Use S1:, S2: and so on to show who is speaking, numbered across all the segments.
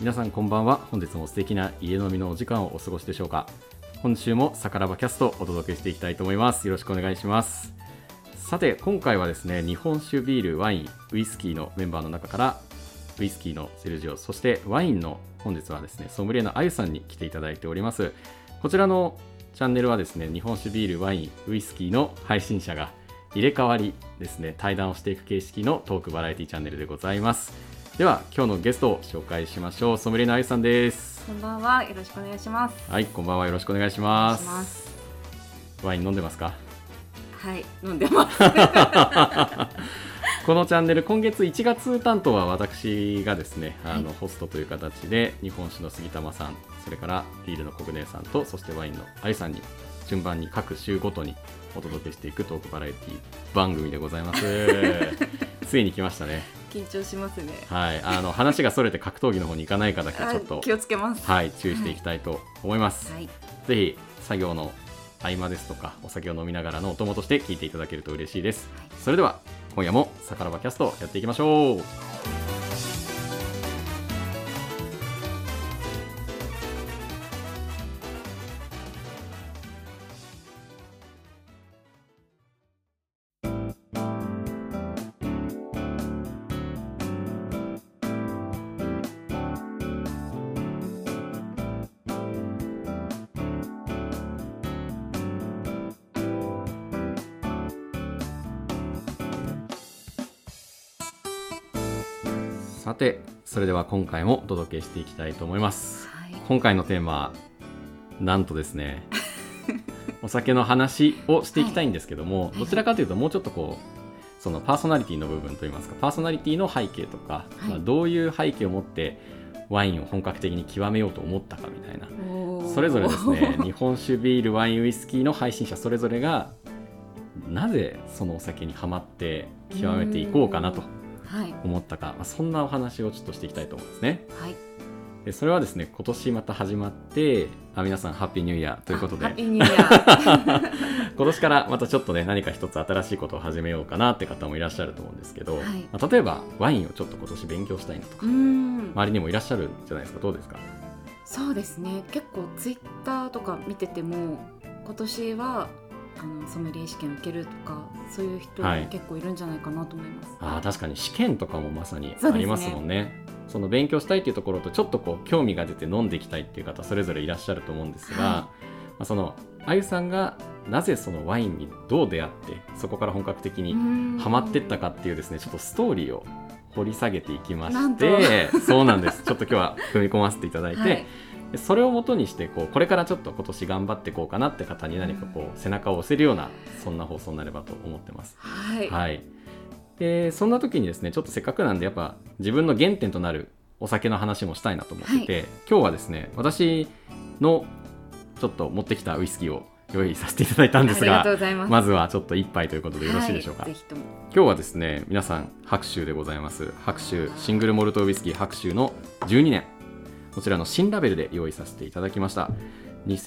S1: 皆さんこんばんは本日も素敵な家飲みのお時間をお過ごしでしょうか今週もさからばキャストをお届けしていきたいと思いますよろしくお願いしますさて今回はですね日本酒ビールワインウイスキーのメンバーの中からウイスキーのセルジオそしてワインの本日はですねソムリエのあゆさんに来ていただいておりますこちらのチャンネルはですね日本酒ビールワインウイスキーの配信者が入れ替わりですね対談をしていく形式のトークバラエティチャンネルでございますでは今日のゲストを紹介しましょうソムリエのあゆさんです
S2: こんばんは、よろしくお願いします。
S1: はいこんばんはよろしくお願いします
S2: お願いします
S1: ワイン飲んでますか
S2: はい、飲んでます。
S1: このチャンネル今月1月担当は私がですねあの
S2: は
S1: ホストという形で日本酒の杉玉さんそれからビールの国根さんとそしてワインのあゆさんに順番に各週ごとにお届けしていくトークバラエティ番組でございますついに来ましたね
S2: 緊張しますね。
S1: はいあの話がそれて格闘技の方に行かないかだけち
S2: あ
S1: ょっと
S2: 気をつけます。
S1: はい注意していきたいと思います、
S2: はい、
S1: ぜひ作業の合間ですとかお酒を飲みながらのお供として聞いていただけると嬉しいです、
S2: はい
S1: それでは今夜も「さからばキャスト」やっていきましょうさてそれでは今回もお届けしていきたいと思います
S2: はい、
S1: 今回のテーマなんとです ねお酒の話をしていきたいんですけども、
S2: はい
S1: どちらかというともうちょっとこうそのパーソナリティの部分といいますかパーソナリティの背景とか、
S2: はい
S1: まあどういう背景を持ってワインを本格的に極めようと思ったかみたいな
S2: おー
S1: それぞれですね日本酒ビールワインウイスキーの配信者それぞれがなぜそのお酒にはまって極めていこうかなと
S2: はい、
S1: 思ったか、まあそんなお話をちょっとしていきたいと思うんですね。
S2: はい、
S1: でそれはですね今年また始まってあ皆さんハッピーニューイヤーということ
S2: あハッピ
S1: で
S2: ーニューイヤ ー
S1: 今年からまたちょっとね何か一つ新しいことを始めようかなって方もいらっしゃると思うんですけど、
S2: はい
S1: まあ例えばワインをちょっと今年勉強したいなと
S2: う
S1: か
S2: ーん、
S1: 周りにもいらっしゃるじゃないですかどうですか
S2: そうですね。結構ツイッターとか見てても、今年は。あのソムリエ試験受けるとかそういう人
S1: はい
S2: 結構いるんじゃないかなと思います。
S1: あー確かに試験とかもまさに
S2: そうです
S1: あ
S2: ね
S1: りますもんねその勉強したいっていうところとちょっとこう興味が出て飲んでいきたいっていう方それぞれいらっしゃると思うんですが、
S2: はい
S1: まあそのあゆさんがなぜそのワインにどう出会ってそこから本格的に
S2: うーん
S1: ハマってったかっていうですねちょっとストーリーを掘り下げていきま
S2: な
S1: し
S2: ん
S1: て
S2: と
S1: そうなんですちょっと今日は踏み込ませていただいて、
S2: はい
S1: でそれをもとにしてこうこれからちょっと今年頑張っていこうかなって方に何かこう背中を押せるようなそんな放送になればと思ってます。
S2: はい、
S1: はい、でそんな時にですねちょっとせっかくなんでやっぱ自分の原点となるお酒の話もしたいなと思ってて、今日はですね私のちょっと持ってきたウイスキーを用意させていただいたんです
S2: ありがとう
S1: が
S2: ございます。
S1: まずはちょっと1杯ということでよろしいでしょうか。
S2: はい、ぜひとも
S1: 今日はですね皆さん白州でございます白州シングルモルトウイスキー白州の12年こちらの新ラベルで用意させていただきました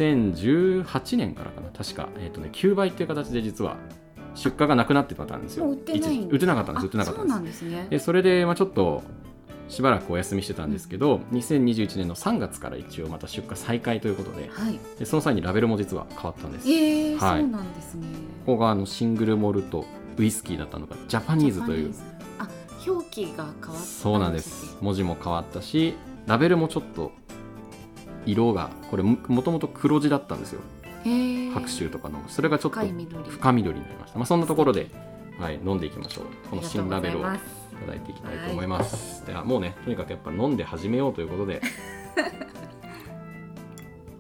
S1: 2018年からかな確か、えーとね、9倍という形で実は出荷がなくなってたんですよ
S2: もう売ってない
S1: 一
S2: んです
S1: 時売ってなかったんです売ってな
S2: あ
S1: かっ
S2: そ
S1: た
S2: うん
S1: で
S2: な
S1: す
S2: んですね。
S1: でそれで、まあ、ちょっとしばらくお休みしてたんですけど2021年の3月から一応また出荷再開ということで
S2: はい。
S1: でその際にラベルも実は変わったんです
S2: ええ
S1: はい
S2: そうなんですね。
S1: ここがあのシングルモルトウイスキーだったのがジャパニーズという
S2: ジャパニーズ。あ、表記が変わった。
S1: そうなんです。文字も変わったしラベルもちょっと色がこれももともと黒字だったんですよ
S2: へえ。
S1: 白州とかのそれがちょっと
S2: 深い緑。
S1: 深緑になりました、まあ、そんなところで、はい、飲んでいきましょうこの新ラベルをい
S2: ありがとうござ
S1: ただ
S2: います
S1: いていきたいと思いますではもうねとにかくやっぱ飲んで始めようということ で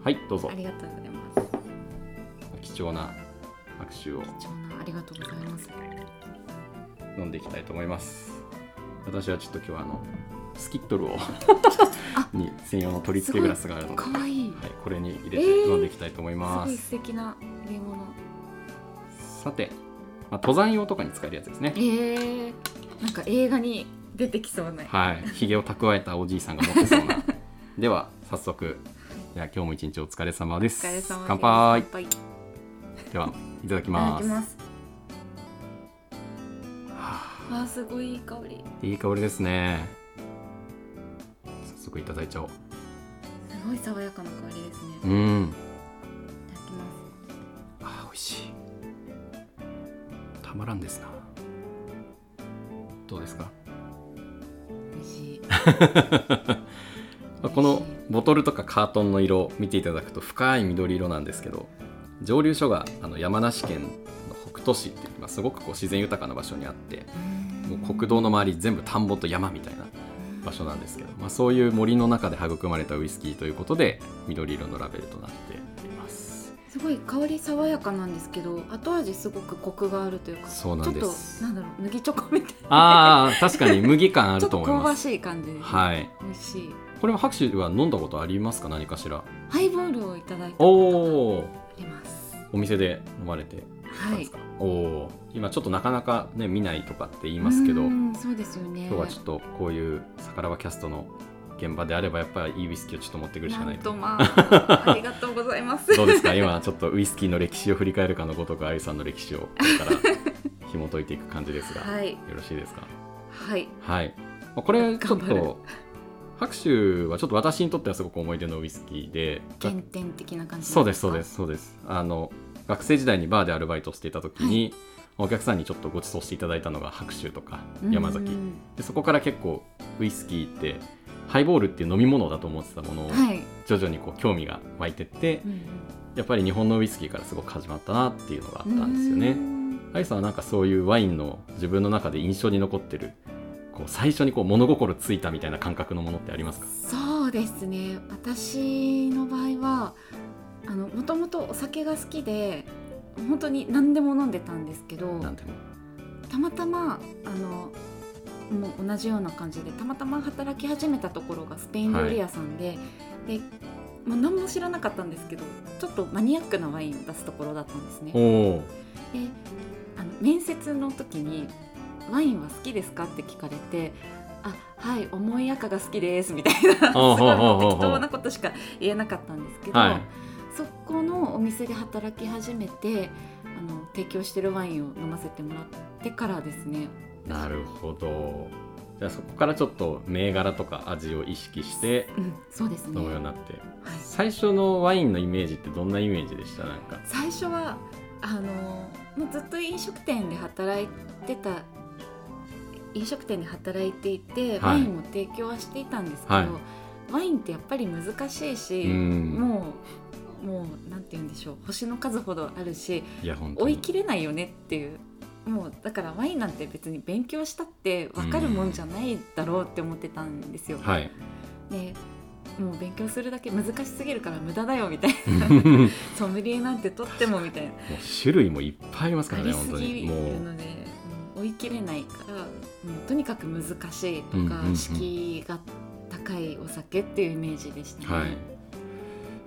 S1: はいどうぞ
S2: ありがとうございます。
S1: 貴重な白州を
S2: 貴重なありがとうございます。
S1: 飲んでいきたいと思います私はちょっと今日はあのスキット ルをに専用の取り付けグラスがあるので
S2: 可愛いい。
S1: はい、これに入れて
S2: えー
S1: 飲んでいきたいと思います
S2: ごい
S1: す。
S2: 素敵な入れ物。
S1: さて、まあ、登山用とかに使えるやつですね。
S2: ええなんか映画に出てきそうな。
S1: はい、ひげを蓄えたおじいさんが持ってそう な。では、早速、じゃあ今日も一日お疲れ様です。
S2: お疲れ様です。
S1: 乾杯。
S2: 乾杯。いた
S1: では、いただき
S2: だ
S1: ま
S2: き
S1: す。
S2: ます。
S1: はあ
S2: わあ、すごいいい香り。
S1: いい香りですね。早速いただいちゃおう
S2: すごい爽やかな香りですね。い
S1: うん
S2: ただきます。
S1: あー美味しいたまらんですなどうですか
S2: 美味しい。
S1: まあこのボトルとかカートンの色を見ていただくと深い緑色なんですけど蒸留所があの山梨県の北杜市っていう、まあ、すごくこう自然豊かな場所にあってもう国道の周り全部田んぼと山みたいな場所なんですけど、まあ、そういう森の中で育まれたウイスキーということで緑色のラベルとなってい ます
S2: すごい香り爽やかなんですけど後味すごくコクがあるというか
S1: そうなんで
S2: ちょっ
S1: す
S2: となんだろう麦チョコみたい
S1: あー確かに麦感あ
S2: なちょ
S1: る
S2: っ
S1: と
S2: と
S1: 思い
S2: 香
S1: ま
S2: ば
S1: す
S2: しい感じです、い、
S1: はい
S2: 美味しい
S1: これは拍手は飲んだことありますか何かしら
S2: ハイボールをいただいた
S1: お
S2: こと
S1: おー
S2: があります
S1: お店で飲まれてたん
S2: は
S1: で
S2: い
S1: すか、おお今ちょっとなかなかね見ないとかって言いますけど
S2: う
S1: 今
S2: んそうですよね
S1: 日はちょっとこういう「さからばキャスト」の現場であればやっぱりいいウイスキーをちょっと持ってくるしか
S2: な
S1: なんい
S2: とまあありがとうございます
S1: どうですか 今ちょっとウイスキーの歴史を振り返るかのごとくあゆさんの歴史をこれから紐解いていく感じですが、
S2: はい
S1: よろしいですか
S2: はい
S1: はいまあこれちょっ
S2: 頑張る
S1: と白州はちょっと私にとってはすごく思い出のウイスキーで
S2: 原点的な感じ
S1: そうですそうですすそうですあの学生時代にバーでアルバイトをしていた時に、お客さんにちょっとご馳走していただいたのが白州とか山崎、
S2: うん
S1: でそこから結構ウイスキーってハイボールっていう飲み物だと思ってたものを
S2: はい、
S1: 徐々にこう興味が湧いてって、
S2: うんうん
S1: やっぱり日本のウイスキーからすごく始まったなっていうのがあったんですよね
S2: うん
S1: あゆさんはなんかそういうワインの自分の中で印象に残ってるこう最初にこう物心ついたみたいな感覚のものってありますか
S2: そうですね私の場合はあのもともとお酒が好きで本当に何でも飲んでたんですけど
S1: なんでも
S2: たまたまあのもう同じような感じでたまたま働き始めたところがスペイン料理屋さんで,、でまあ、何も知らなかったんですけどちょっとマニアックなワインを出すところだったんですね。
S1: おお
S2: であの面接の時に「ワインは好きですか?」って聞かれて「あはい思い赤が好きです」みたいなす
S1: ほうほう
S2: ごい
S1: ほうほう
S2: 適当なことしか言えなかったんですけど、
S1: はい
S2: そこのお店で働き始めてあの提供してるワインを飲ませてもらってからですね
S1: なるほどじゃあそこからちょっと銘柄とか味を意識して
S2: うん、そうですね。
S1: 飲むように
S2: は、
S1: ないって、最初のワインのイメージってどんなイメージでしたなんか
S2: 最初はあのもうずっと飲食店で働いてた飲食店で働いていて、
S1: はい
S2: ワインも提供はしていたんですけど、
S1: はい
S2: ワインってやっぱり難しいし、
S1: うん
S2: もうもうなんて言うんでしょう星の数ほどあるし
S1: いや本当
S2: 追い
S1: に
S2: 切れないよねっていう。もうだからワインなんて別に勉強したって分かるもんじゃないだろうって思ってたんですよ。
S1: はい
S2: でもう勉強するだけ難しすぎるから無駄だよみたい
S1: もう
S2: な ソムリエなんて取ってもみたいな
S1: 種類もいっぱいありますか
S2: あ
S1: らね
S2: りす
S1: 本当
S2: ぎ
S1: にも
S2: る
S1: う
S2: のでうん追い切れないからもうとにかく難しいと
S1: うん
S2: か
S1: うんうん
S2: 敷居が高いお酒っていうイメージでしたね。
S1: はい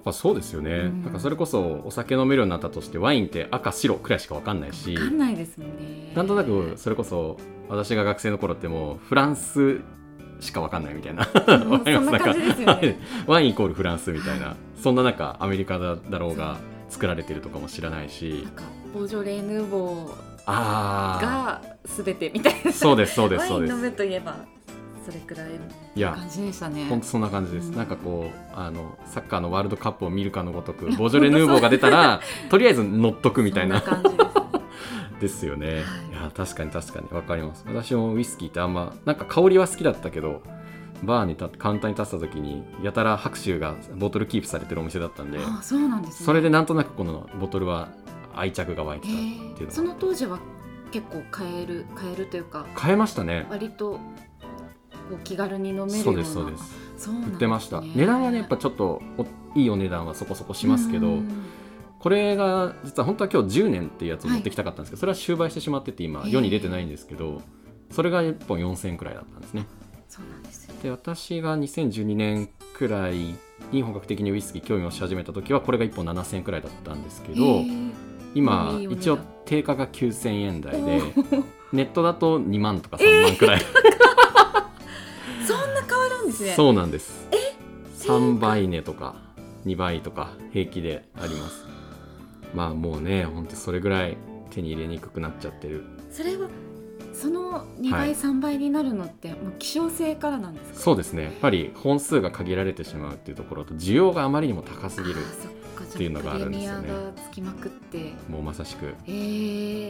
S1: まあそうですよね、
S2: うん
S1: なんかそれこそお酒飲めるようになったとしてワインって赤白くらいしか分かんないし
S2: わかんないですもんね。
S1: なんとなくそれこそ私が学生の頃ってもうフランスしか分かんないみたいな
S2: も
S1: わ
S2: う
S1: かりま
S2: そん
S1: す
S2: な感じですよ
S1: はい
S2: ね。
S1: ワインイコールフランスみたいな、
S2: は
S1: そんな中アメリカだろうが作られてるとかも知らないし
S2: なんかボージョレ・ヌーボー
S1: あ
S2: が全てみたいな
S1: あそうですそうです
S2: ワイ
S1: そう
S2: ン
S1: で
S2: 飲
S1: す
S2: むといえばそれくらいの
S1: いや
S2: 感じでしたね。
S1: 本当そんな感じです、
S2: うん
S1: なんかこうあのサッカーのワールドカップを見るかのごとくボジョレ・ヌーボーが出たら とりあえず乗っとくみたいな
S2: そんな感じですね
S1: ですよね、
S2: はい
S1: い、や確かに確かにわかります私もウイスキーってあんまなんか香りは好きだったけどバーに立ってカウンターに立った時にやたら白州がボトルキープされてるお店だったん で
S2: あそうなんですね。
S1: それでなんとなくこのボトルは愛着が湧いて
S2: え
S1: たっていうの
S2: ー、
S1: が
S2: その当時は結構買える買えるというか
S1: 変えましたね
S2: 割とこう気軽に飲めるような
S1: そうですそうです
S2: そうなん
S1: 売
S2: ですね、
S1: ってました、値段はねやっぱちょっとおいいお値段はそこそこしますけど、
S2: うん
S1: これが実は本当は今日10年っていうやつを持ってきたかったんですけど、それは終売してしまってて今
S2: へえ
S1: 世に出てないんですけど、それが1本4000円くらいだったんですね
S2: そうなんですよ
S1: で私が2012年くらいに本格的にウイスキー興味をし始めた時はこれが1本7000円くらいだったんですけど、
S2: へー
S1: 今
S2: いいお値段
S1: 一応定価が9000円台で
S2: おー
S1: ネットだと2万とか3万くらい、
S2: そんな変わるんですね
S1: そうなんです3倍値とか2倍とか平気でありますまあもうねほんとそれぐらい手に入れにくくなっちゃってる
S2: それはその2倍、
S1: はい
S2: 3倍になるのってもう希少性からなんですか
S1: そうですねやっぱり本数が限られてしまうっていうところと需要があまりにも高すぎる
S2: あーそっか
S1: っていうのがあるんですよね
S2: じゃあプレミアがつきまくって
S1: もうまさしく
S2: え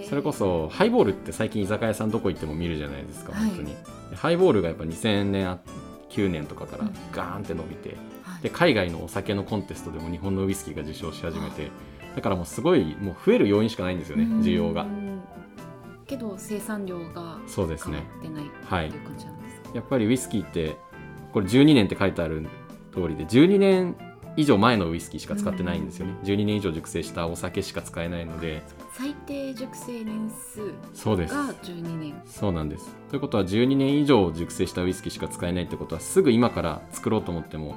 S2: ー、
S1: それこそハイボールって最近居酒屋さんどこ行っても見るじゃないですか
S2: はい
S1: 本当に、ハイボールがやっぱ2000年あ9年とかからガーンって伸びて
S2: はい
S1: で海外のお酒のコンテストでも日本のウイスキーが受賞し始めてだからもうすごいもう増える要因しかないんですよね
S2: うん
S1: 需要が
S2: けど生産量が
S1: そうです
S2: 変わ
S1: ね
S2: ってないって
S1: はい
S2: いう感じなんですか、
S1: やっぱりウイスキーってこれ12年って書いてある通りで12年以上前のウイスキーしか使ってないんですよね12年以上熟成したお酒しか使えないので
S2: 最低熟成年数
S1: そうです
S2: が12年
S1: そうなんですということは12年以上熟成したウイスキーしか使えないってことはすぐ今から作ろうと思っても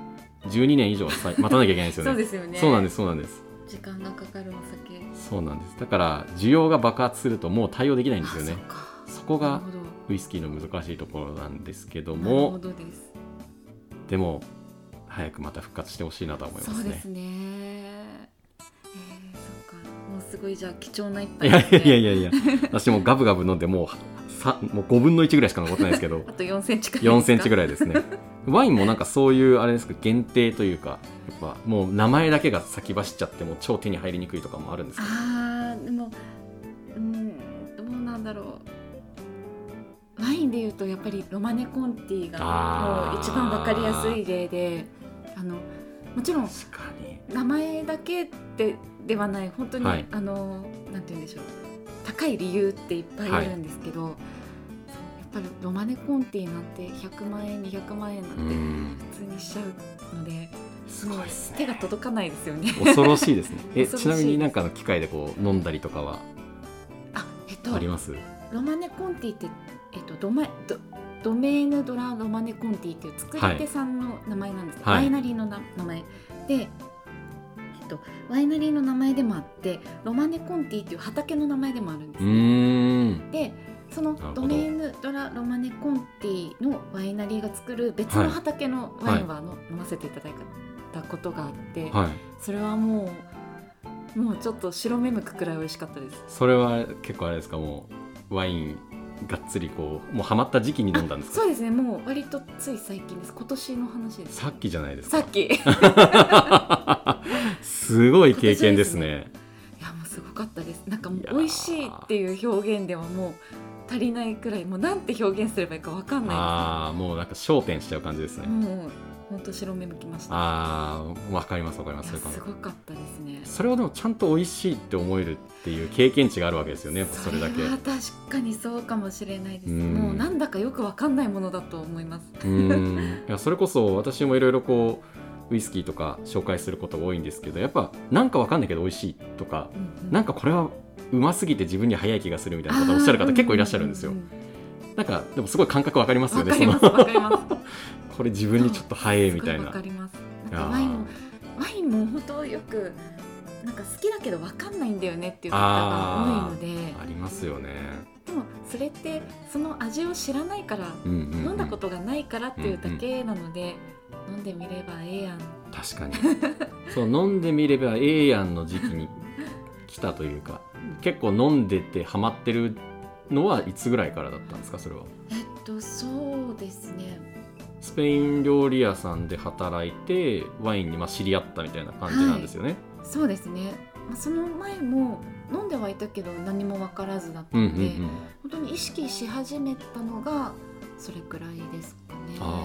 S1: 12年以上はさ待たなきゃいけないんです よね
S2: すよね
S1: そうなんですそうなんです
S2: 時間がかかるお酒
S1: そうなんですだから需要が爆発するともう対応できないんですよね
S2: あ
S1: そ
S2: そ
S1: こ
S2: っかな
S1: が
S2: るほど
S1: ウイスキーの難しいところなんですけど
S2: なるほ
S1: も
S2: どです
S1: でも早くまた復活してほしいなとは思いま
S2: そ
S1: す
S2: うで
S1: ね
S2: すねえー、そっかもうすごいじゃあ貴重な一
S1: い
S2: 杯
S1: や
S2: です
S1: いや
S2: ね
S1: いやいやいや私もうガブガブ飲んでもうさもう5分の1ぐらいしか残ってないですけ ど
S2: あと4センチくらい
S1: 4センチぐ
S2: らい
S1: らいですねワインもなんかそういうあれですか限定というかやっぱもう名前だけが先走っちゃってもう超手に入りにくいとかもあるんですか
S2: あーでもうんどうなんだろうワインでいうとやっぱりロマネ・コンティが
S1: あー
S2: もう一番わかりやすい例であのもちろん
S1: 確かに
S2: 名前だけでではない本当に、
S1: はい
S2: あのなんて言うんでしょう高い理由っていっぱいあるんですけど、そうやっぱりロマネ・コンティなんて100万円200万円なん
S1: う
S2: て
S1: ん
S2: 普通にしちゃうので、
S1: すごいです
S2: 手
S1: ね
S2: が届かないですよね。
S1: 恐ろしいですねえ
S2: 恐ろし
S1: ち
S2: い
S1: なみになんかの機会でこう飲んだりとかは
S2: あえっと
S1: あります
S2: ロマネ・コンティって、えっと、ドマドドメーヌ・ドラ・ロマネ・コンティっていう作り手さんの名前なんですけど、
S1: はい
S2: ワイナリーのな名前で、えっと、ワイナリーの名前でもあってロマネ・コンティっていう畑の名前でもあるんで
S1: う
S2: す
S1: ー
S2: ね、
S1: ん
S2: でその
S1: るほど
S2: ドメーヌ・ドラ・ロマネ・コンティのワイナリーが作る別の畑のワインはあの、飲ませていただいたことがあって、
S1: はい
S2: それはもうもうちょっと白目むくくらい美味しかったです。
S1: それは結構あれですかもうワインがっつりこうもうハマった時期に飲んだんです
S2: そ
S1: か
S2: うですねもう割とつい最近です今年の話です
S1: さっきじゃないです
S2: さ
S1: か
S2: っき いや
S1: すごい経験ですね
S2: もうすごかったですなんかも
S1: いうやー
S2: 美味しいっていう表現ではもう足りないくらいもうなんて表現すればいいかわかんな
S1: ああもうなんか焦点しちゃう感じです
S2: い
S1: ね、
S2: ですもうほんと白目向きました
S1: ああわかりますわかりま
S2: い
S1: す
S2: や
S1: そういう感
S2: す
S1: じ
S2: ごかったですね
S1: それをでもちゃんと美味しいって思えるっていう経験値があるわけですよねやっぱそれだけ
S2: は
S1: う
S2: 確かにそうかもしれないです
S1: うん
S2: もうなんだかよくわかんないものだと思います
S1: ーんいやそれこそ私もいろいろこうウイスキーとか紹介することが多いんですけどやっぱなんかわかんないけど美味しいとか
S2: うんうん
S1: なんかこれはうますぎて自分には早い気がするみたいな
S2: あ
S1: 方
S2: ー
S1: おっしゃる方結構いらっしゃるんですよ
S2: うう
S1: なんかでもすごい感覚わかります
S2: わ
S1: よね
S2: か
S1: そ
S2: り
S1: の
S2: ますわかります
S1: これ 自分にちょっと早いみたい
S2: すごわ
S1: な
S2: かります
S1: い
S2: な
S1: や
S2: ん
S1: ー
S2: かワインもワインも本当よくなんか好きだけどわかんないんだよねっていう方が多いので
S1: ありますよね
S2: でもそれってその味を知らないから、
S1: うんうんうん
S2: 飲んだことがないからっていうだけなので、飲んでみればええやん
S1: 確かに そう飲んでみればええやんの時期に来たというか結構飲んでてハマってるのはいつぐらいからだったんですかそれは
S2: えっとそうですね
S1: スペイン料理屋さんで働いてワインにまあ知り合ったみたいな感じなんですよね、
S2: そうですね、まあ、その前も飲んではいたけど何もわからずだった
S1: うん
S2: の
S1: うんう
S2: で、
S1: ん
S2: 本当に意識し始めたのがそれくらいですかね
S1: ああなる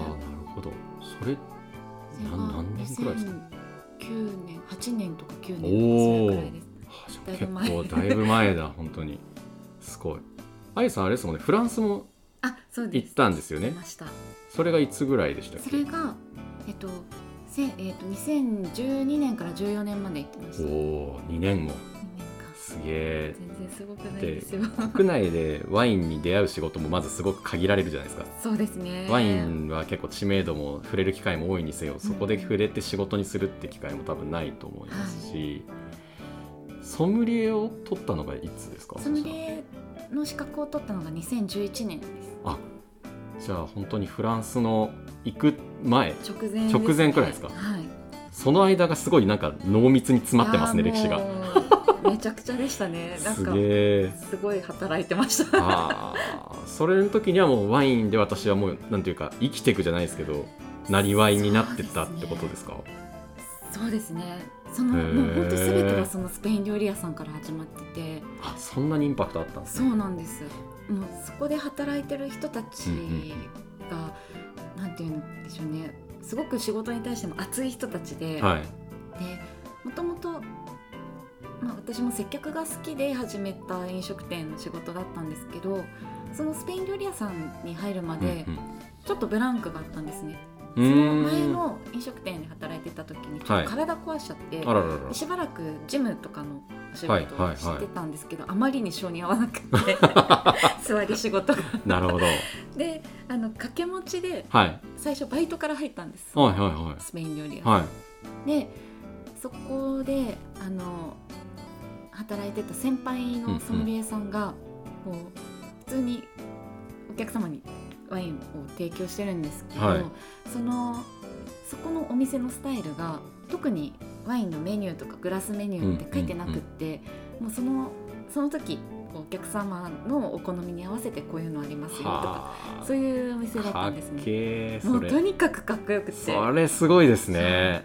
S1: ほどそれな何年くらいですか
S2: 2009年8年とか9年
S1: おー
S2: とかそれくらいです
S1: あ
S2: だい
S1: じゃあ結構だ
S2: ぶ前
S1: いぶ前だ本当にすごいあゆさんあれですもんねフランスも
S2: あそうです
S1: 行ったんですよね
S2: 行きました
S1: それがいつぐらいでしたっ
S2: そ
S1: け
S2: れがえっとせ、えっと2012年から14年まで行ってました
S1: お
S2: 2
S1: お2年も
S2: 年
S1: すげえ
S2: 間全然すごくないですよ
S1: 国内でワインに出会う仕事もまずすごく限られるじゃないですか、
S2: そうですね
S1: ワインは結構知名度も触れる機会も多いにせよそこで触れて仕事にするって機会も多分ないと思いますし、ソムリエを取ったのがいつですか
S2: ソムリエの資格を取ったのが2011年です
S1: あじゃあ本当にフランスの行く前
S2: 直前です
S1: 直前くらいですか
S2: はい
S1: その間がすごいなんか濃密に詰まってますね
S2: いや
S1: 歴史
S2: ー
S1: が
S2: もうめちゃくちゃでした ねなん
S1: す
S2: か
S1: げえ
S2: すごい働いてました
S1: ああそれの時にはもうワインで私はもうなんていうか生きていくじゃないですけどなりわいになってったってことですか
S2: そうですねその
S1: へー
S2: もう本当全てがそのスペイン料理屋さんから始まってて
S1: あそんなにインパクトあったんです
S2: そ
S1: ね
S2: うなんですもうそこで働いてる人たちが、なんていうんでしょうねすごく仕事に対しても熱い人たちで、
S1: はい
S2: でもともと、まあ、私も接客が好きで始めた飲食店の仕事だったんですけどそのスペイン料理屋さんに入るまでちょっとブランクがあったんですね、
S1: うん
S2: その
S1: うんう
S2: 前
S1: ーん
S2: の飲食店で働いてた時にちょっと体壊しちゃって、
S1: あらららら
S2: でしばらくジムとかのお仕
S1: はい
S2: 事
S1: はいは
S2: を
S1: い
S2: してたんですけど、あまりに性に合わな くて座り仕事が
S1: なるほどはい
S2: であの掛け持ちで
S1: はい
S2: 最初バイトから入ったんです、
S1: はいは
S2: スペイン料理屋
S1: いはい
S2: でそこであの働いてた先輩
S1: うんう
S2: の
S1: ん
S2: ソムリエさんが、もう普通にお客様にワインを提供してるんですけど、
S1: はい
S2: そのそこのお店のスタイルが特にワインのメニューとかグラスメニューって書いてなくって、もうそのその時お客様のお好みに合わせてこういうのありますよとか
S1: はあ
S2: そういうお店だったんです
S1: かっ
S2: ね。
S1: けー
S2: も
S1: そう
S2: と
S1: れ
S2: にかくかっこよくて
S1: それすごいですね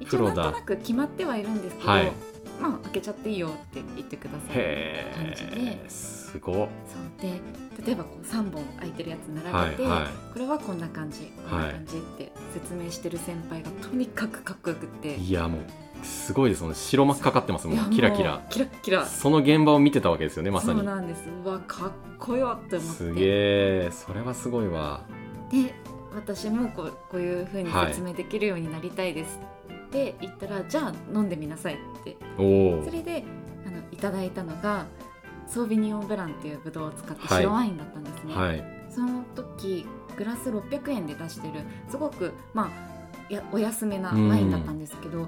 S2: 一
S1: プ
S2: 応
S1: ロ
S2: なん
S1: だ
S2: となく決まってはいるんですけど、
S1: はい
S2: まあ開けちゃっていいよって言ってくださる
S1: へ
S2: 感じで
S1: えすごっ
S2: そうで例えばこう3本空いてるやつ
S1: は
S2: 並べ
S1: い
S2: て、
S1: は
S2: これはこんな感じこんな感じって説明してる先輩がとにかくかっこよくて、
S1: いいやもうすごいですもんね白幕かかってますも
S2: いやも
S1: ん
S2: う
S1: キラキラ
S2: キラッキラ
S1: その現場を見てたわけですよねまさ
S2: そう
S1: に
S2: なんですうわかっこよって思って
S1: すげえそれはすごいわ
S2: で私もこうこういうふうに説明できるようになりたいですって言ったら、じゃあ飲んでみなさいって
S1: おお
S2: それであのいただいたのがソービニオンブランっていうブドウを使った
S1: はい
S2: 白ワインだったんですね、
S1: はい
S2: その時グラス600円で出してるすごくまあやお安めなワインだったんですけど、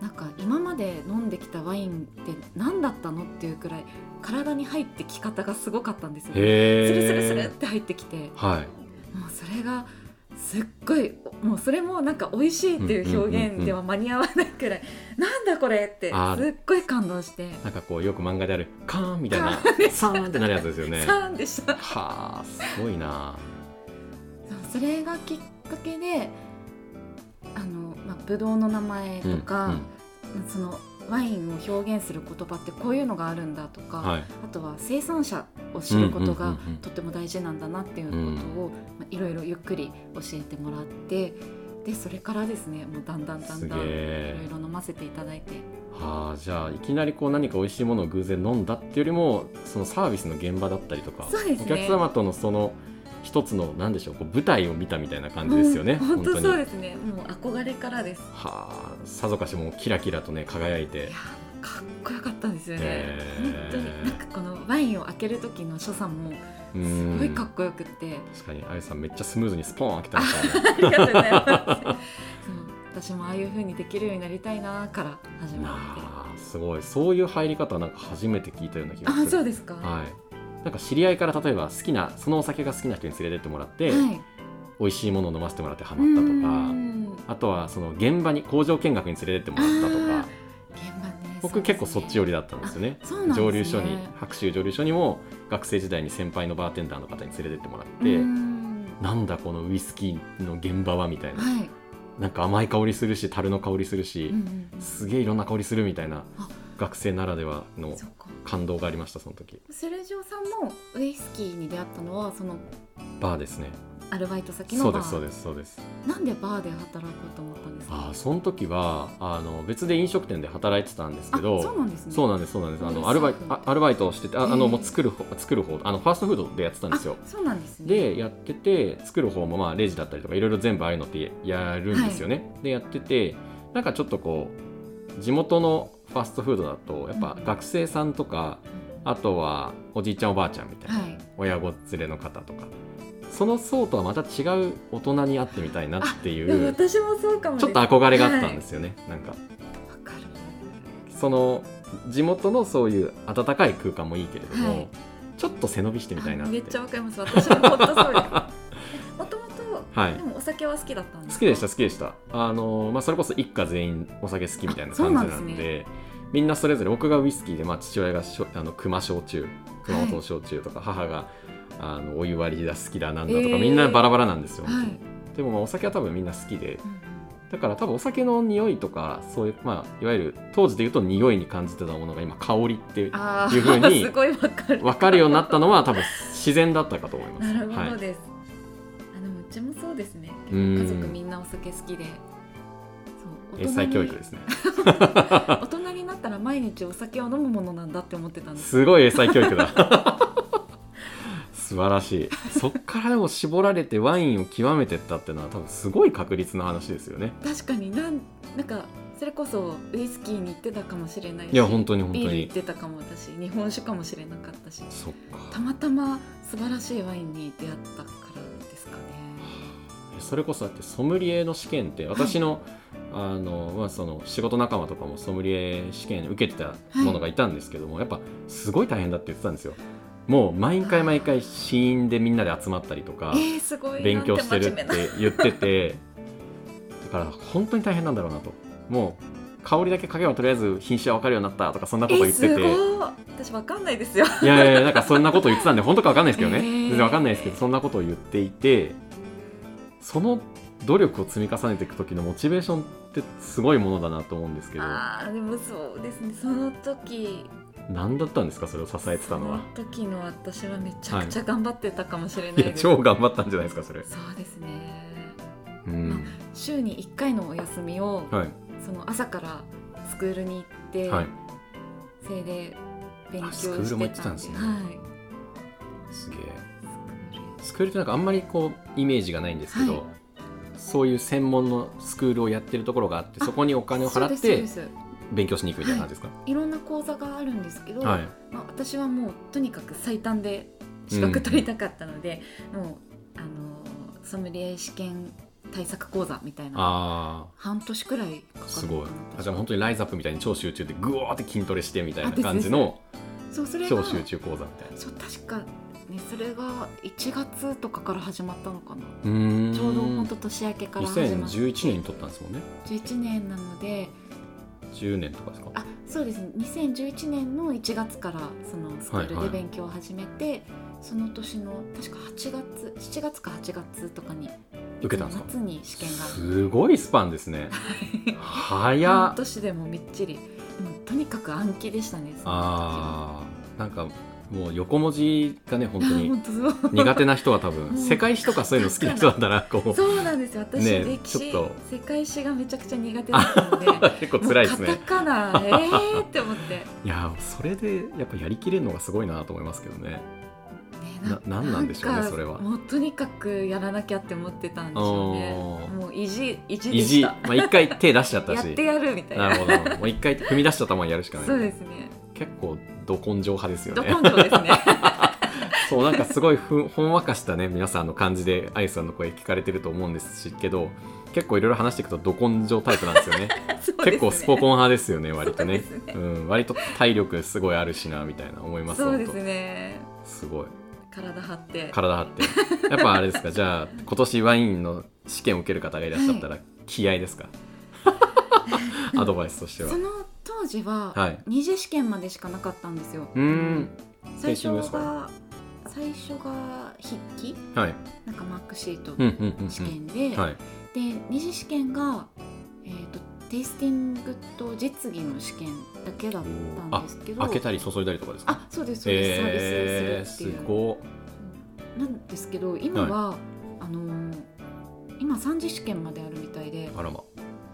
S2: なんか今まで飲んできたワインって何だったのっていうくらい体に入ってき方がすごかったんですよ、
S1: へえ
S2: スルスルスルって入ってきて
S1: はい
S2: もうそれがすっごいもうそれもなんか美味しいっていう表現では間に合わないくらい、なんだこれって
S1: あー
S2: すっごい感動して。
S1: なんかこうよく漫画であるカーンみたい な
S2: カーンです
S1: サーンってなるやつですよね
S2: サーンでしたそう
S1: はあすごいな
S2: それがきっかけであの、まあ、ブドウの名前と
S1: うんう
S2: か
S1: ん、
S2: そのワインを表現する言葉ってこういうのがあるんだとか、
S1: はい
S2: あとは生産者を知ること
S1: うん
S2: が
S1: うんうんうん
S2: とっても大事なんだなっていうことを、まあ、いろいろゆっくり教えてもらってでそれからですねもうだんだんだんだん
S1: す
S2: い
S1: げ
S2: ろ
S1: え
S2: いろ飲ませていただいて
S1: はあじゃあいきなりこう何か美味しいものを偶然飲んだっていうよりもそのサービスの現場だったりとか、
S2: そうですね
S1: お客様とのその一つの何でしょうこう舞台を見たみたいな感じですよね、
S2: もう 本当そう
S1: に
S2: ですねもう憧れからです
S1: はあさぞかしもうキラキラとね輝いて
S2: いやかっこよかったんですよね、
S1: へー
S2: 本当になんかこのワインを開ける時の所作も
S1: う
S2: す
S1: ん
S2: ごいかっこよくって、
S1: 確かにあゆさんめっちゃスムーズにスポーン開けてましたね
S2: ありがとうござい ますそう私もああいう風にできるようになりたいなから始まって
S1: あーすごいそういう入り方はなんか初めて聞いたような気がす
S2: あ
S1: る
S2: そうですかは
S1: はいなんか知り合いから例えば好きなそのお酒が好きな人に連れてってもらって、
S2: はい
S1: 美味しいものを飲ませてもらってハ
S2: うー
S1: マったとか
S2: ん
S1: あとはその現場に工場見学に連れてってもらったと
S2: あー
S1: か
S2: 現場ね
S1: 僕結構そっち寄
S2: よ
S1: りだったんですよね
S2: そうなんですね
S1: 上流所に白州上流所にも学生時代に先輩のバーテンダーの方に連れてってもらって、なんだこのウイスキーの現場はみたいな、
S2: はい
S1: なんか甘い香りするし樽の香りするし、
S2: うんうんうん
S1: すげえいろんな香りするみたいな
S2: あ
S1: 学生ならではの
S2: そうか
S1: 感動がありましたその時
S2: セルジオさんもウイスキーに出会ったのはその
S1: バーですね
S2: アルバイト先
S1: そ
S2: の
S1: うで
S2: バー
S1: すそうですそうです
S2: なんでバーで働こうと思ったんですか
S1: ああその時はあの別で飲食店で働いてたんですけど
S2: そうなんですね
S1: そうなんですそうなんですあ
S2: う
S1: の
S2: ん
S1: アルバイ
S2: サーフィン
S1: あアルバイトをしててああ
S2: へ
S1: の
S2: え
S1: もう作る方作る方あのファーストフードでやってたんですよ
S2: あそうなんですね
S1: でやってて作る方もまあレジだったりとかいろいろ全部ああいうのってやるんですよね、でやっててなんかちょっとこう地元のファーストフードだとやっぱ
S2: うん
S1: 学生さんとか、あとはおじいちゃんおばあちゃんみたいな、
S2: はい
S1: 親子連れの方とかその層とはまた違う大人に会ってみたいなってい
S2: でも
S1: うち
S2: 私もそうかも
S1: ょっと憧れがあったんですすよね、なんか
S2: わかる
S1: その地元のそういう温かい空間もいいけれども、
S2: はい
S1: ちょっと背伸びしてみたいな
S2: あ
S1: っ
S2: め
S1: て
S2: っちゃわかります私もほ んとそうですもともと、
S1: はい
S2: でもお酒は好きだったんで
S1: 好
S2: すか
S1: きでした好きでしたあの、まあ、それこそ一家全員お酒好きみたいな
S2: あそう
S1: 感じ
S2: なん
S1: なん
S2: で
S1: です
S2: ね
S1: みんなそれぞれ僕がウイスキーで、まあ、父親がしょあの熊焼酎熊本の焼酎とか、母があのお湯割りが好きだなんだとか、
S2: えー
S1: みんなバラバラなんですよ、
S2: はい、
S1: でもまあお酒は多分みんな好きで
S2: うん
S1: だから多分お酒の匂いとかそういう、まあ、いわゆる当時で言うと匂いに感じてたものが今香りって
S2: あ
S1: いう風
S2: あ
S1: に
S2: すごいわかる
S1: 分かるようになったのは多分自然だったかと思います。
S2: なるほ
S1: は
S2: ど
S1: い
S2: です、あでもうちもそうですね
S1: う
S2: 家
S1: ん
S2: 族みんなお酒好きでそう
S1: 英
S2: 大人
S1: 才
S2: に
S1: 教育ですね。
S2: 大人に なったら毎日お酒を飲むものなんだって思ってたんです
S1: すごい英才教育だ。素晴らしい。そっからでも絞られてワインを極めてったってのは多分すごい確率の話ですよね。
S2: 確かになんなんかそれこそウイスキーに行ってたかもしれないし
S1: いや本当に本当
S2: ビール行
S1: に
S2: っ。てたかも私日本酒かもしれなかったし
S1: そったか。
S2: またま素晴らしいワインに出会ったからですかね
S1: それこそだってソムリエの試験って私の、あのまあその仕事仲間とかもソムリエ試験受けてたものがいたんですけども、やっぱすごい大変だって言ってたんですよ。もう毎回毎回試飲でみんなで集まったりとか。
S2: えー、すごい
S1: 勉強してるっ
S2: な
S1: て
S2: ん真面目
S1: 言っててだから本当に大変なんだろうなともう香りだけ嗅げばとりあえず品種は分かるようになったとかそんなこと
S2: な
S1: 言
S2: えー、
S1: ってて、
S2: すごい私わかんないですよ
S1: いやいやいやなんかそんなこと言ってたんで本当か分かんないですけどね、
S2: えー
S1: 全然分かんないですけどそんなことを言っていてその努力を積み重ねていく時のモチベーションってすごいものだなと思うんですけど
S2: あーでもそうですねその時
S1: 何だったんですかそれを支えてたのは。
S2: その時の私はめちゃくちゃ頑張ってたかもしれな
S1: い
S2: い
S1: や
S2: です、
S1: 超頑張ったんじゃないですかそれ。
S2: そうですね
S1: うん
S2: 週に1回のお休みを、
S1: はい
S2: その朝からスクールに行って、
S1: はい、
S2: それで勉強
S1: あ
S2: し
S1: スクールも行ってて
S2: た
S1: た
S2: ん
S1: ん
S2: で
S1: ですす
S2: ね
S1: ね
S2: はい
S1: すげえ
S2: スクール
S1: スクールってなんかあんまりこうイメージがないんですけど、
S2: はい
S1: そういう専門のスクールをやってるところがあって
S2: あ
S1: そこにお金を払っ
S2: そうで
S1: て
S2: すそうです
S1: 勉強しに行くみたいな感じですか
S2: いろんな講座があるんですけど、
S1: はい、
S2: まあ、私はもうとにかく最短で資格取りたかったので、もうあのソムリエ試験対策講座みたいな
S1: あ
S2: 半年くらいかかった
S1: あ
S2: かな
S1: すごいあじゃあ本
S2: 確か
S1: 当にライズアップみたいに超集中でグワーって筋トレしてみたい
S2: あ
S1: な
S2: です
S1: 感じの
S2: そうそれが
S1: 超集中講座みたいな
S2: そう確かねそれが1月とかから始まったのかな
S1: うーん
S2: ちょうど本当年明けから始まって
S1: 2011年に取ったんですもんね
S2: 11年なので
S1: 10年とかですか
S2: あそうですね2011年の1月からそのスク
S1: は
S2: ール
S1: い
S2: で
S1: はい
S2: 勉強を始めて、その年の確か8月7月か8月とかに
S1: 受けたんですか
S2: 夏に試験が
S1: すごいスパンですね早
S2: 半
S1: っ
S2: 年でもみっちりもうとにかく暗記でしたねその時は
S1: あーなんかもう横文字がね本当に
S2: 本当そう
S1: 苦手な人は多
S2: う
S1: 分
S2: ん
S1: 世界史とかそういうの好きな人だったらこう
S2: そうなんですよ私、
S1: ねえ
S2: 歴史
S1: ちょっ
S2: 世界史がめちゃくちゃ苦手だったので
S1: 結構辛いです
S2: もう
S1: ね
S2: カタカナえーって思 って、ね
S1: いやーそれでやっぱやりきれるのがすごいなと思いますけどねななんなんでしょうね
S2: か
S1: それは
S2: もうとにかくやらなきゃって思ってたんでしょうね
S1: おー
S2: もう意地意地で
S1: 意
S2: し
S1: 地、
S2: た
S1: まあ、一回手出しちゃった
S2: やっ
S1: して
S2: やるみたい
S1: な
S2: な
S1: るほどもう一回踏み出しちゃったもんやるしか
S2: そう
S1: な
S2: で
S1: い
S2: すね
S1: 結構ど根性派ですよ
S2: ど
S1: ね
S2: 根性ですね
S1: そうなんかすごいふんほんわかしたね皆さんの感じでアイさんの声聞かれてると思うんですけど結構いろいろ話していくとど根性タイプなんですよね
S2: そうですね
S1: 結構スポコン派ですよね割とね
S2: そうですね
S1: うん、割と体力すごいあるしなみたいな思います
S2: そうで
S1: 本
S2: すね
S1: 当すごい
S2: 体張って
S1: 体張ってやっぱあれですかじゃあ今年ワインの試験を受ける方がいらっしゃったら気合ですか、 アドバイスとしては
S2: その当時は、
S1: はい
S2: 二次試験までしかなかったんですよ
S1: うーん
S2: 最初
S1: 青春です
S2: が最初が筆記
S1: はい
S2: なんかマークシート
S1: うんうんうん
S2: 試
S1: う
S2: 験で、
S1: んはい
S2: で二次試験が、えー、とテイスティングと実技の試験だけだったんですけど
S1: 開けたり注いだりとかですか
S2: あそうですそうです、
S1: えー、
S2: サービスす
S1: す
S2: るっていう
S1: ご
S2: なんですけど今は、あのー今3次試験まであるみたいで
S1: あらま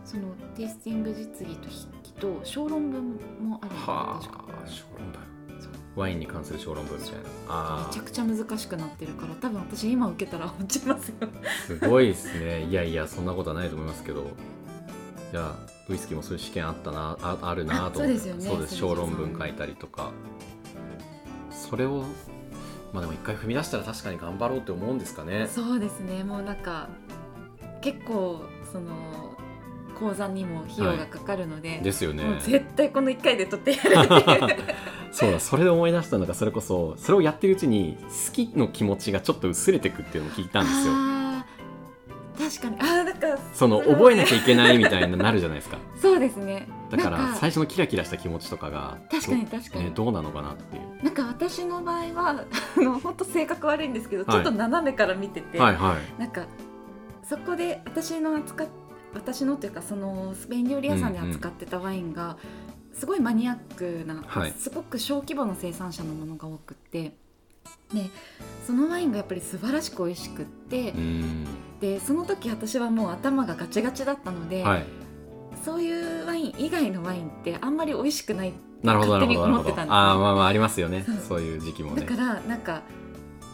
S2: そのテイスティング実技と筆記と小論文もあるんです
S1: はあ
S2: 確か
S1: 小論文
S2: そう
S1: ワインに関する小論文みたいなあ
S2: めちゃ
S1: ー
S2: くちゃ難しくなってるから多分私今受けたら落ちますよ
S1: すごいですねいやいやそんなことはないと思いますけどいやウイスキーもそういう試験あったなああるなと思って
S2: あそうですよね
S1: そうです
S2: そう
S1: 小
S2: です
S1: 論文書いたりとかそれをまあでも一回踏み出したら確かに頑張ろうって思うんですかね
S2: そうですねもうなんか結構その講座にも費用がかかるので、
S1: ですよね
S2: もう絶対この1回で取ってやるって いう
S1: そうだそれで思い出したのがそれこそそれをやってるうちに好きの気持ちがちょっと薄れてくっていうのを聞いたんですよ
S2: あー確かにあーなんか
S1: その覚えなきゃいけないみたいになるじゃないです か
S2: そうですね
S1: だか
S2: なん
S1: ら最初のキラキラした気持ちとかが
S2: 確かに確かに
S1: ね、どうなのかなっていう
S2: なんか私の場合は あの本当性格悪いんですけど、
S1: はい
S2: ちょっと斜めから見てて、
S1: はいはい
S2: なんかそこで私の扱っ私のというかそのスペイン料理屋さんで扱ってたワインがすごいマニアックな、
S1: はい
S2: すごく小規模の生産者のものが多くってでそのワインがやっぱり素晴らしく美味しくって、
S1: うーん
S2: でその時私はもう頭がガチガチだったので、
S1: はい
S2: そういうワイン以外のワインってあんまり美味しくない
S1: なるほどな
S2: 勝
S1: る
S2: 手に
S1: ほどなる
S2: 思っ
S1: ほ
S2: て
S1: ど
S2: たんですよ
S1: ああまあまあありますよね
S2: そう
S1: そういう時期も
S2: だ
S1: ね
S2: からなんか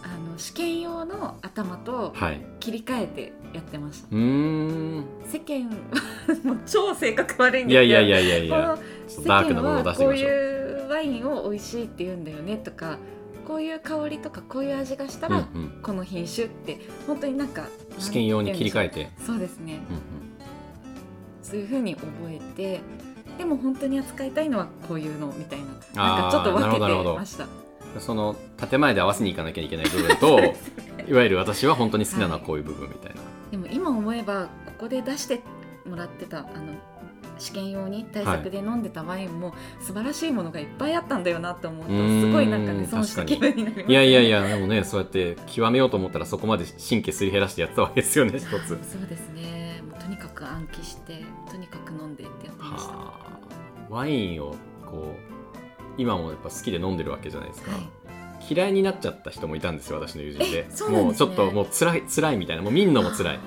S2: あの試験用の頭と
S1: はい
S2: 切り替えてやってました
S1: うーん
S2: 世間はもう超性格悪いんです
S1: い
S2: よ
S1: やいやいやいやい
S2: この
S1: やちょっとダークなものを出してみ
S2: こう
S1: ましょう
S2: いうワインを美味しいって言うんだよねとかこういう香りとかこういう味がした
S1: う
S2: ら、
S1: んうん
S2: この品種って本当になんか
S1: 試験用に切り替え
S2: て
S1: て
S2: そうですね
S1: うんうん
S2: そういうふうに覚えてでも本当に扱いたいのはこういうのみたいななん
S1: あ
S2: か
S1: ー
S2: ちょっと分
S1: なるほどなるほ
S2: けて
S1: ど
S2: ました
S1: その建前で合わせにいかなきゃいけない部 分といわゆる私は本当に好きなのはこういう部分みたいな、
S2: でも今思えばここで出してもらってたあの試験用に対策で飲んでたワインも素晴らしいものがいっぱいあったんだよなと思うと
S1: うーん
S2: すごいなんかね損した
S1: 確
S2: 気
S1: か
S2: 分になります
S1: い、やいやいやでもねそうやって極めようと思ったらそこまで神経すり減らしてやってたわけですよ ね一つ
S2: そうですねもうとにかく暗記してとにかく飲んでってやってましたは
S1: はあワインをこう今もやっぱ好きで飲んでるわけじゃないですか、
S2: い
S1: 嫌いになっちゃった人もいたんですよ私の友人で
S2: えそうなん
S1: も
S2: で
S1: う
S2: す
S1: ち
S2: ね
S1: ょっともう辛い辛いみたいなもう見んのも辛い
S2: あ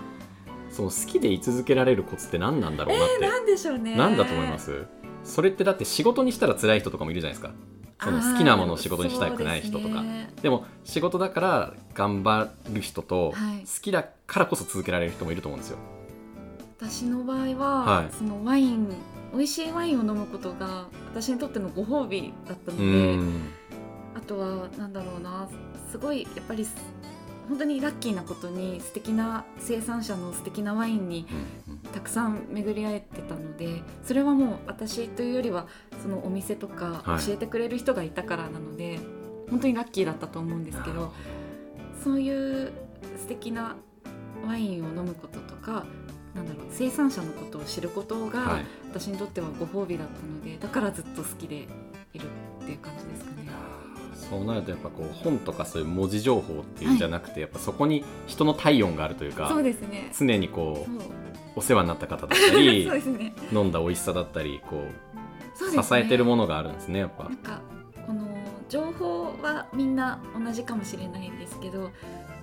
S1: その好きで居続けられるコツって何なんだろうなって、
S2: ーなんでしょうね
S1: 何だと思いますそれってだって仕事にしたら辛い人とかもいるじゃないですかその
S2: あー
S1: 好きなものを仕事にしたくない人とか
S2: そうですね
S1: でも仕事だから頑張る人と好
S2: はい
S1: きだからこそ続けられる人もいると思うんですよ。
S2: 私の場合は、
S1: はい
S2: そのワイン美味しいワインを飲むことが私にとってのご褒美だったの
S1: う
S2: で、
S1: ん
S2: あとはなんだろうなすごいやっぱりす本当にラッキーなことに素敵な生産者の素敵なワインにたくさん巡り合えてたのでそれはもう私というよりはそのお店とか
S1: はい
S2: 教えてくれる人がいたからなので、本当にラッキーだったと思うんですけどそういう素敵なワインを飲むこととかなんだろう生産者のことを知ること
S1: は
S2: が
S1: い、
S2: 私にとってはご褒美だったので、だからずっと好きでいるっていう感じですかね。
S1: そうなるとやっぱこう本とかそういう文字情報っていうんじゃなくて、やっぱそこに人の体温があるというか
S2: そうですね
S1: 常にこ
S2: そう
S1: うお世話になった方だったり
S2: そうですね。
S1: 飲んだ美味しさだったりこ
S2: そう
S1: う
S2: ですね
S1: 支えてるものがあるんですねやっぱ
S2: なん。かこの情報はみんな同じかもしれないんですけどや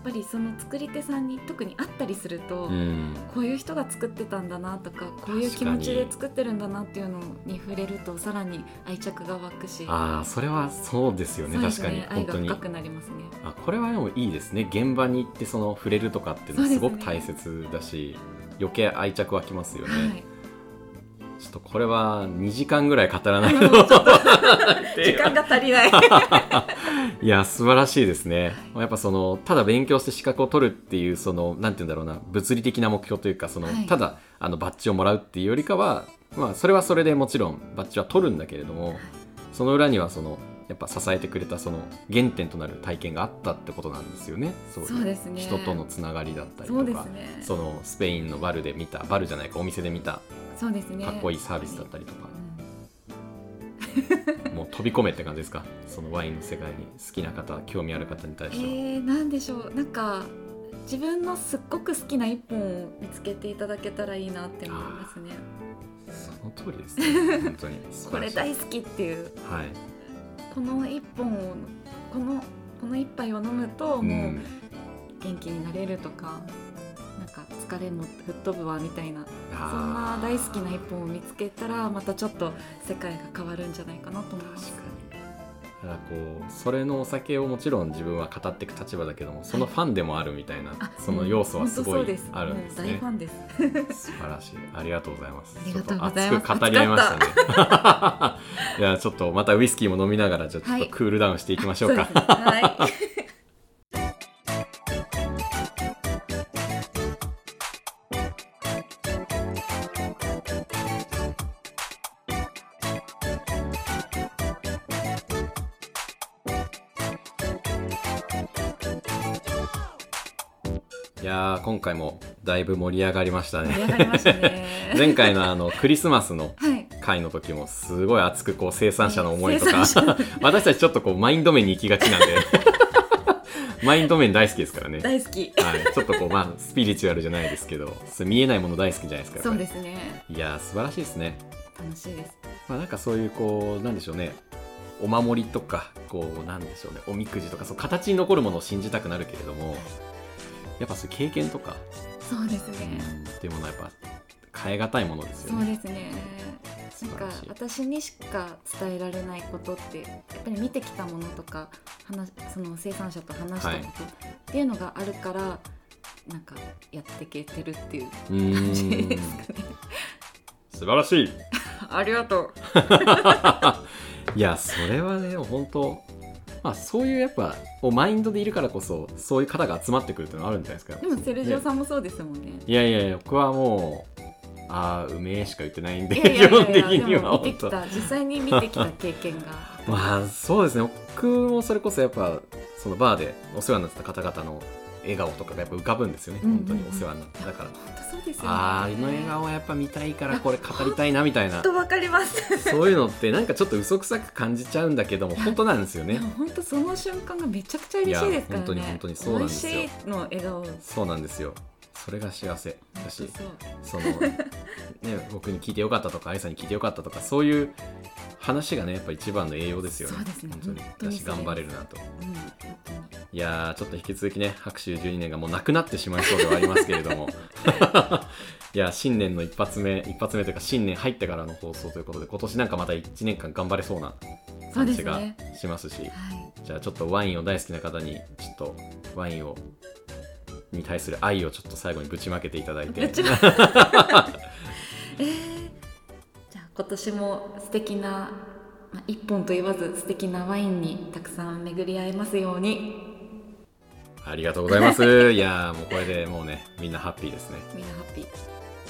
S2: っぱりその作り手さんに特に会ったりすると、
S1: うん
S2: こういう人が作ってたんだなとかこういう気
S1: 確か
S2: 持
S1: に
S2: ちで作ってるんだなっていうのに触れるとさらに愛着が湧くし
S1: ああそれはそうですよね
S2: そうで
S1: 確
S2: す
S1: かに
S2: ね愛
S1: 本
S2: が
S1: 当に
S2: 深くなりますね。
S1: あこれはでもいいですね現場に行ってその触れるとかっていうのは
S2: そ
S1: す
S2: うです
S1: ご
S2: ね
S1: く大切だし、余計愛着湧きますよね、
S2: はい、
S1: ちょっとこれは2時間ぐらい語らないと
S2: 時間が足りない。
S1: いや素晴らしいですね、やっぱそのただ勉強して資格を取るっていうそのなんて言うんだろうな物理的な目標というかその、
S2: はい
S1: ただあのバッジをもらうっていうよりかは、まあ、それはそれでもちろんバッジは取るんだけれどもその裏にはそのやっぱ支えてくれたその原点となる体験があったってことなんですよねそういう
S2: そうですね。
S1: 人とのつながりだったり
S2: そう
S1: と
S2: で
S1: か
S2: すね。
S1: そのスペインのバルで見たバルじゃないかお店で見た
S2: そうですね。
S1: かっこいいサービスだったりとか、もう飛び込めって感じですかそのワインの世界に好きな方興味ある方に対
S2: え
S1: しては、
S2: ー、なんでしょうなんか自分のすっごく好きな一本を見つけていただけたらいいなって思いますね
S1: その通りですね 本当に素晴
S2: こ
S1: ら
S2: れ
S1: しい
S2: 大好きっていう
S1: はい、
S2: この一本をこのこの一杯を飲むともう元気になれるとか、なんか疲れも吹っ飛ぶわみたいなそんな大好きな一
S1: 歩
S2: 本を見つけたらまたちょっと世界が変わるんじゃないかなと思いま
S1: 確
S2: す
S1: かにただこうそれのお酒をもちろん自分は語っていく立場だけどもそのファンでもあるみたいな、
S2: あ
S1: その要素はすご
S2: 本当そうで
S1: いあるんです
S2: もう大
S1: ね
S2: ファンです
S1: 素晴らしい。ありがとうございます。
S2: ありがとうございます
S1: ちょっと熱く語り合いましたね。 いや、ちょっとまたウイスキーも飲みながら、じゃあちょっ
S2: は
S1: と
S2: い
S1: クールダウンしていきましょう
S2: そ
S1: か。
S2: うで すね はい
S1: いやー、今回もだいぶ盛り上がりました
S2: 盛り
S1: ね
S2: 上がりましたね。
S1: 前回のあのクリスマスの
S2: はい。
S1: 回の時もすごい熱くこう生産者の思いとか
S2: 生産
S1: 私たちちょっとこうマインド面に行きがちなんで マインド面大好きですからね、
S2: 大好き。
S1: はい、ちょっとこうまあスピリチュアルじゃないですけどそう見えないもの大好きじゃないですかやっぱ
S2: そ
S1: り
S2: うですね。
S1: いやー素晴らしいですね、
S2: 楽しいです。
S1: まあ、なんかそういうこうなんでしょうねお守りとかこうなんでしょうねおみくじとかそう形に残るものを信じたくなるけれどもやっぱそういう経験とか
S2: そうですね。
S1: っていうものはやっぱ変え難いものですよ
S2: そう
S1: ね
S2: ですね。
S1: 素
S2: なん
S1: 晴
S2: から
S1: しい
S2: 私にしか伝えられないことってやっぱり見てきたものとか話その生産者と話したことっていうのがあるから、なんかやってけてるっていう
S1: う
S2: 感じ
S1: ー
S2: で
S1: ん
S2: すかね。
S1: 素晴らしい
S2: ありがとう。
S1: いやそれはね本当まあそういうやっぱこうマインドでいるからこそそういう方が集まってくるっていうのはあるんじゃないですか
S2: でもセルジオさんもそうですもんね。
S1: いやいやいや僕はもうああうめえしか言ってないんで
S2: いやいや
S1: 基本
S2: い
S1: 的
S2: やいや
S1: に
S2: で
S1: は
S2: も見
S1: 本
S2: てき
S1: 当
S2: た実際に見てきた経験が。
S1: まあそうですね僕もそれこそやっぱそのバーでお世話になってた方々の笑顔とかがやっぱ浮かぶんですよね、
S2: うんうん
S1: 本当にお世話になってだから、
S2: 本当そうですよね。
S1: あーあの笑顔はやっぱ見たいからこれ語りたいなみたいな
S2: 本当わかります。
S1: そういうのってなんかちょっと嘘くさく感じちゃうんだけども本当なんですよ
S2: いや
S1: ね
S2: 本当その瞬間がめちゃくちゃ嬉しいですから
S1: いや本
S2: ね。
S1: 当に本当にそうなんですよ
S2: 美味しいの笑顔。
S1: そうなんですよそれが幸せだし
S2: 本当そ
S1: そ
S2: う
S1: の、ね、僕に聞いてよかったとか愛さんに聞いてよかったとかそういう話がねやっぱ一番の栄養ですよね
S2: そうですね
S1: 本当に
S2: 本当に
S1: 私
S2: そう
S1: 頑張れるなと
S2: うん本当に
S1: いやーちょっと引き続きね白州12年がもうなくなってしまいそうではありますけれ どもいや新年の一発目一発目というか新年入ってからの放送ということで今年なんかまた1年間頑張れそうな
S2: そう
S1: 感
S2: で
S1: じ
S2: す
S1: が
S2: ね。
S1: しますし
S2: はい。
S1: じゃあちょっとワインを大好きな方にちょっとワインをに対する愛をちょっと最後にぶちまけていただいて
S2: ぶちえーじゃあ今年も素敵な、まあ、一本と言わず素敵なワインにたくさん巡り合えますように
S1: ありがとうございますいやーもうこれでもうねみんなハッピーですね
S2: みんなハッピー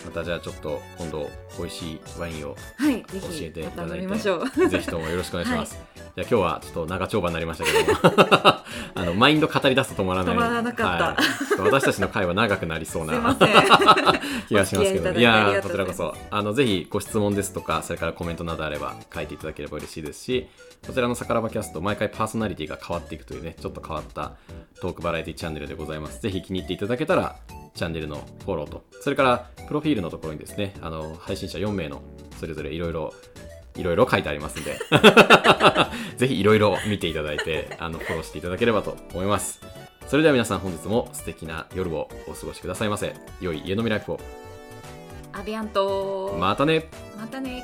S1: またじゃあちょっと今度美味しいワインを
S2: はい
S1: 教え
S2: ぜ
S1: て
S2: ひ
S1: い
S2: ま
S1: た
S2: た
S1: だ
S2: 飲
S1: い
S2: み
S1: て
S2: ましょう
S1: ぜひともよろしくお願いします。じゃあ今日はちょっと長丁場になりましたけ どもあのマインド語り出すと止まらない
S2: 止まらなかった
S1: はいちょっと私たちの会は長くなりそう
S2: すい
S1: な
S2: ません
S1: 気がしますけ
S2: お付き合いいただ
S1: ど
S2: いて
S1: いや
S2: あり
S1: ー
S2: が
S1: こ
S2: とう
S1: ちら
S2: ござい
S1: こ
S2: ます
S1: そあのぜひご質問ですとかそれからコメントなどあれば書いていただければ嬉しいですしこちらの「さからばキャスト」毎回パーソナリティが変わっていくというねちょっと変わったトークバラエティチャンネルでございますぜひ気に入っていただけたらチャンネルのフォローとそれからプロフィールのところにですねあの配信者4名のそれぞれいろいろいろいろ書いてありますんで ぜひいろいろ見ていただいてあのフォローしていただければと思いますそれでは皆さん本日も素敵な夜をお過ごしくださいませ良い家飲みライフを
S2: アビアント
S1: またね
S2: またね